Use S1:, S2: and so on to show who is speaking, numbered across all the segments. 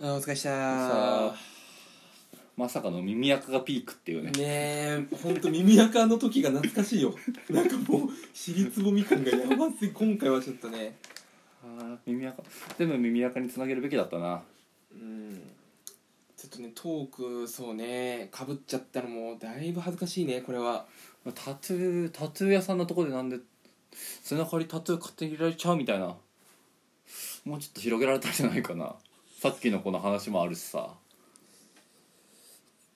S1: あお疲れした
S2: さ
S1: ー
S2: あまさかの耳垢がピークっていうね
S1: ねえほんと耳垢の時が懐かしいよ なんかもう尻つぼみ感がやばすぎ今回はちょっとね
S2: あー耳垢全部耳垢につなげるべきだったな
S1: うんちょっとねトークそうねかぶっちゃったのもだいぶ恥ずかしいねこれは
S2: タトゥータトゥー屋さんのとこでなんで背中にタトゥー勝手に入れられちゃうみたいなもうちょっと広げられたんじゃないかなさっきのこの話もあるしさ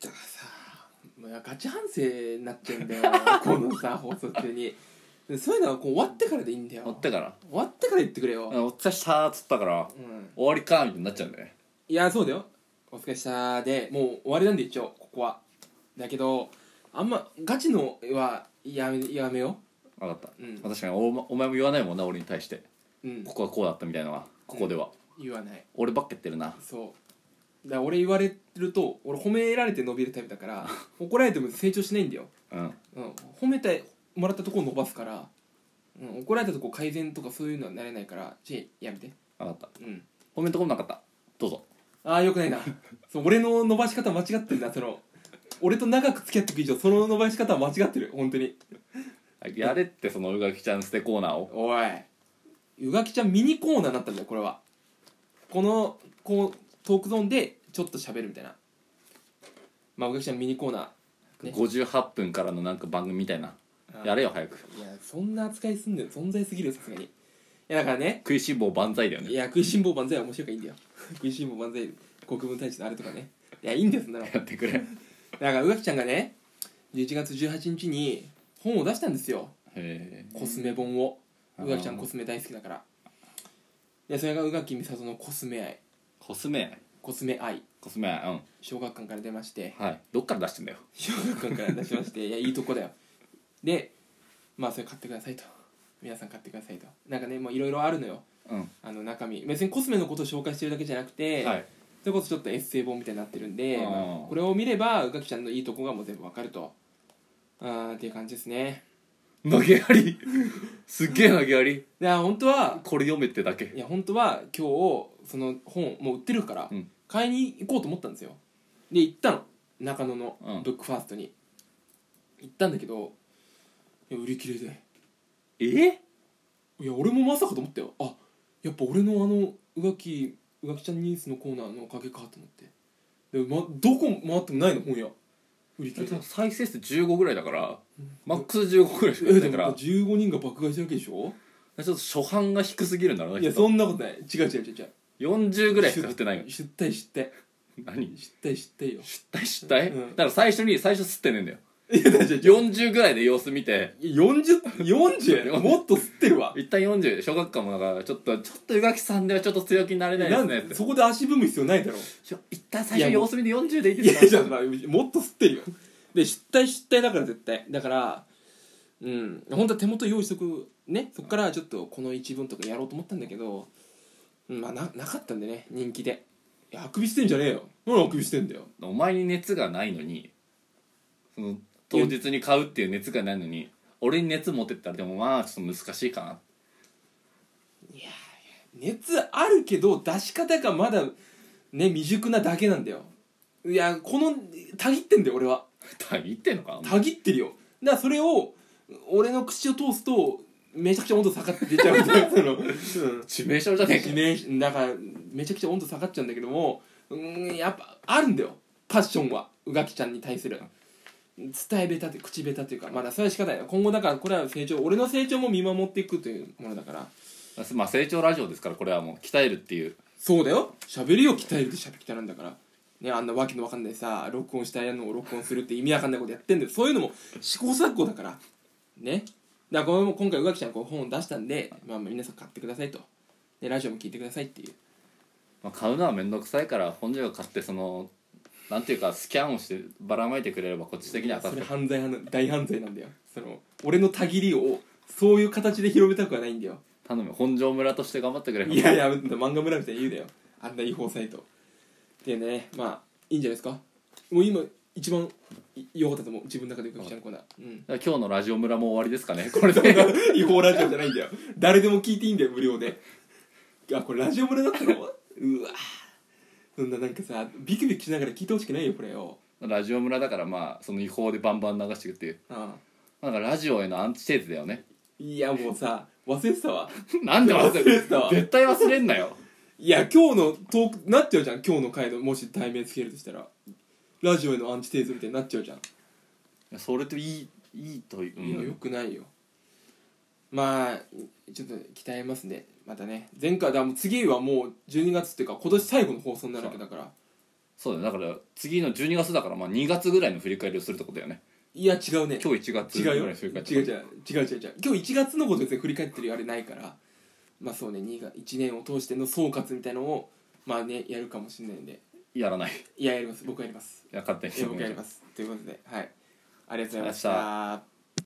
S1: だからさもうガチ反省になっちゃうん だよこのさ放送中にでそういうのはこう終わってからでいいんだよ
S2: 終わってから
S1: 終わってから言ってくれ
S2: 「あ
S1: よ、
S2: お疲れした」っつったから
S1: うん
S2: 「終わりか」みたいになっちゃうんだよね
S1: いやそうだよお疲れしたでもう終わりなんで一応ここはだけどあんまガチのはやめやめよ
S2: 分かった、
S1: ううん、
S2: 確かにおお前も言わないもんな俺に対して
S1: うん、
S2: ここはこうだったみたいなのはここでは、
S1: 言わない
S2: 俺ばっか言ってるな
S1: そうだから俺言われると俺褒められて伸びるタイプだから怒られても成長しないんだよ、
S2: うん
S1: うん、褒めてもらったところ伸ばすから、うん、怒られたとこ改善とかそういうのはなれないからちいやめて
S2: 分かった
S1: うん
S2: コメントこなかったどうぞ
S1: ああよくないなそう俺の伸ばし方間違ってるなその俺と長く付き合っていく以上その伸ばし方は間違ってる本当に
S2: やれってそのうがきちゃん捨てコーナーを
S1: おいうがきちゃんミニコーナーになったんだよこれはこのこうトークゾーンでちょっと喋るみたいなまあうがきちゃんミニコーナね
S2: 58分からのなんか番組みたいな
S1: ー
S2: やれよ早く
S1: いやそんな扱いすんのよ存在すぎるよさすがにいやだからね
S2: 食いしん坊万歳だよ
S1: い
S2: ね
S1: や食いしん坊万歳は面白いからいいんだよ 食いしん坊万歳国分太一のあれとかねいやいいんですなのだ
S2: やってくれへ
S1: からうがきちゃんがね11月18日に本を出したんですよ
S2: え
S1: コスメ本を
S2: うん
S1: うがきちゃんコスメ大好きだからでそれがうがきみさとのコスメ愛
S2: コスメ
S1: コスメ愛
S2: コスメう
S1: 小学館から出まして
S2: んはいどっから出してんだよ
S1: 小学館から出しま していやいいとこだよでまあそれ買ってくださいと皆さん買ってくださいとなんかねもういろいろあるのよ
S2: うん
S1: あの中身別にコスメのことを紹介してるだけじゃなくて、
S2: はい
S1: それこそちょっとエッセイ本みたいになってるんで、
S2: あー
S1: まあこれを見ればうがきちゃんのいいとこがもう全部わかるとあーっていう感じですね
S2: 投げやり すっげえ投げやり
S1: いや本当は
S2: これ読めってだ
S1: い
S2: け
S1: や本当は今日その本もう売ってるから、
S2: うん
S1: 買いに行こうと思ったんですよで行ったの中野の
S2: うん
S1: ブックファーストに、行ったんだけどいや売り切れで
S2: え
S1: いや俺もまさかと思ったよあやっぱ俺のあのうがきうがきちゃんニュースのコーナーのおかげかと思ってで、ま、どこ回ってもないの本屋売り切れで
S2: 再生数15ぐらいだから
S1: ん
S2: マックス15ぐらいしかや
S1: え
S2: って
S1: で
S2: ない
S1: も
S2: からち
S1: 15人が爆買いしたわけでしょ
S2: ょっと初版が低すぎるんだろうない
S1: やそんなことない違う違う違う違う
S2: 40ぐらいしかやってないのに
S1: 出退出退
S2: 何
S1: 出退出退 よ
S2: 失態失態、
S1: うん
S2: だから最初に最初吸ってねえんだよ
S1: いや大丈夫
S2: 40ぐらいで様子見て
S1: 40?40? もっと吸ってる わ
S2: 一旦40で小学館もなんかちょっとちょっと宇垣さんではちょっと強気になれないで
S1: な
S2: す
S1: ん
S2: ね
S1: で
S2: って
S1: そこで足踏む必要ないだろ
S2: いや一旦最初様子見で40でいい
S1: い
S2: で
S1: やい
S2: す
S1: や
S2: か
S1: まあもっと吸ってるよで失態失態だから絶対だからうん本当は手元用意しとくねそっからちょっとこの一文とかやろうと思ったんだけどうんまあななかったんでね人気でいやあくびしてんじゃねえよ何あくびしてんだよ
S2: お前に熱がないのにその当日に買うっていう熱がないのに俺に熱持ってったらでもまあちょっと難しいかな
S1: 熱あるけど出し方がまだね未熟なだけなんだよいやこのたぎってんだよ俺は
S2: 言ってんのかな
S1: たぎってるよだからそれを俺の口を通すとめちゃくちゃ温度下がって出 ちゃうみたいなその、うん
S2: 致命傷じゃねえか
S1: ね、だからめちゃくちゃ温度下がっちゃうんだけどもうんやっぱあるんだよパッションはうがきちゃんに対する伝え下手って口下手というかまだそれは仕方ない今後だからこれは成長俺の成長も見守っていくというものだから
S2: まあ成長ラジオですからこれはもう鍛えるっていう
S1: そうだよ喋りを鍛えるって喋り鍛えなんだからねあんなわけのわかんないさ録音したいのを録音するって意味わかんないことやってんだよそういうのも試行錯誤だからねだからこれも今回宇垣ちゃんこう本を出したんで、まあ、まあ皆さん買ってくださいとでラジオも聞いてくださいっていう
S2: まあ、買うのは面倒くさいから本庄が買ってそのなんていうかスキャンをしてばらまいてくれればこっち的には
S1: そ
S2: 助
S1: れ
S2: かる
S1: 犯罪犯大犯罪なんだよその俺のたぎりをそういう形で広めたくはないんだよ
S2: 頼む本庄村として頑張ってくれ
S1: いやいや漫画村みたいに言うなよあんな違法サイトでねまあいいんじゃないですかもう今一番い良かったと思う自分の中で宇垣ちゃんのコーナーうん
S2: 今日のラジオ村も終わりですかね これで
S1: 違法ラジオじゃないんだよ誰でも聞いていいんだよ無料であこれラジオ村だったのうわそんななんかさビクビクしながら聞いてほしくないよこれを
S2: ラジオ村だからまあその違法でバンバン流していくっていう
S1: ああ
S2: なんかラジオへのアンチテーゼだよね
S1: いやもうさ忘れてたわ
S2: なんで忘れ
S1: 忘れてたわ
S2: 絶対忘れんなよ
S1: いや今日のトークなっちゃうじゃん今日の回のもし対面つけるとしたらラジオへのアンチテーゼみたいになっちゃうじゃん、
S2: いやそれといいいいという、うん
S1: いやよくないよまあちょっと鍛えますねまたね前回だもう次はもう12月っていうか今年最後の放送になるわけだから
S2: そうだねだから次の12月だからまあ2月ぐらいの振り返りをするってことだよね
S1: いや違うね
S2: 今日1月
S1: 違
S2: ぐら
S1: う
S2: い
S1: よ違
S2: の振り返
S1: う
S2: り
S1: 違う違う違う違う違う今日1月のこと別に振り返ってるあれないからまあそうね2が1年を通しての総括みたいのをまあねやるかもしれないんで
S2: やらない
S1: いややります僕やります
S2: いや勝手に
S1: いや僕やり
S2: す
S1: ますということではいありがとうございまし
S2: あり
S1: た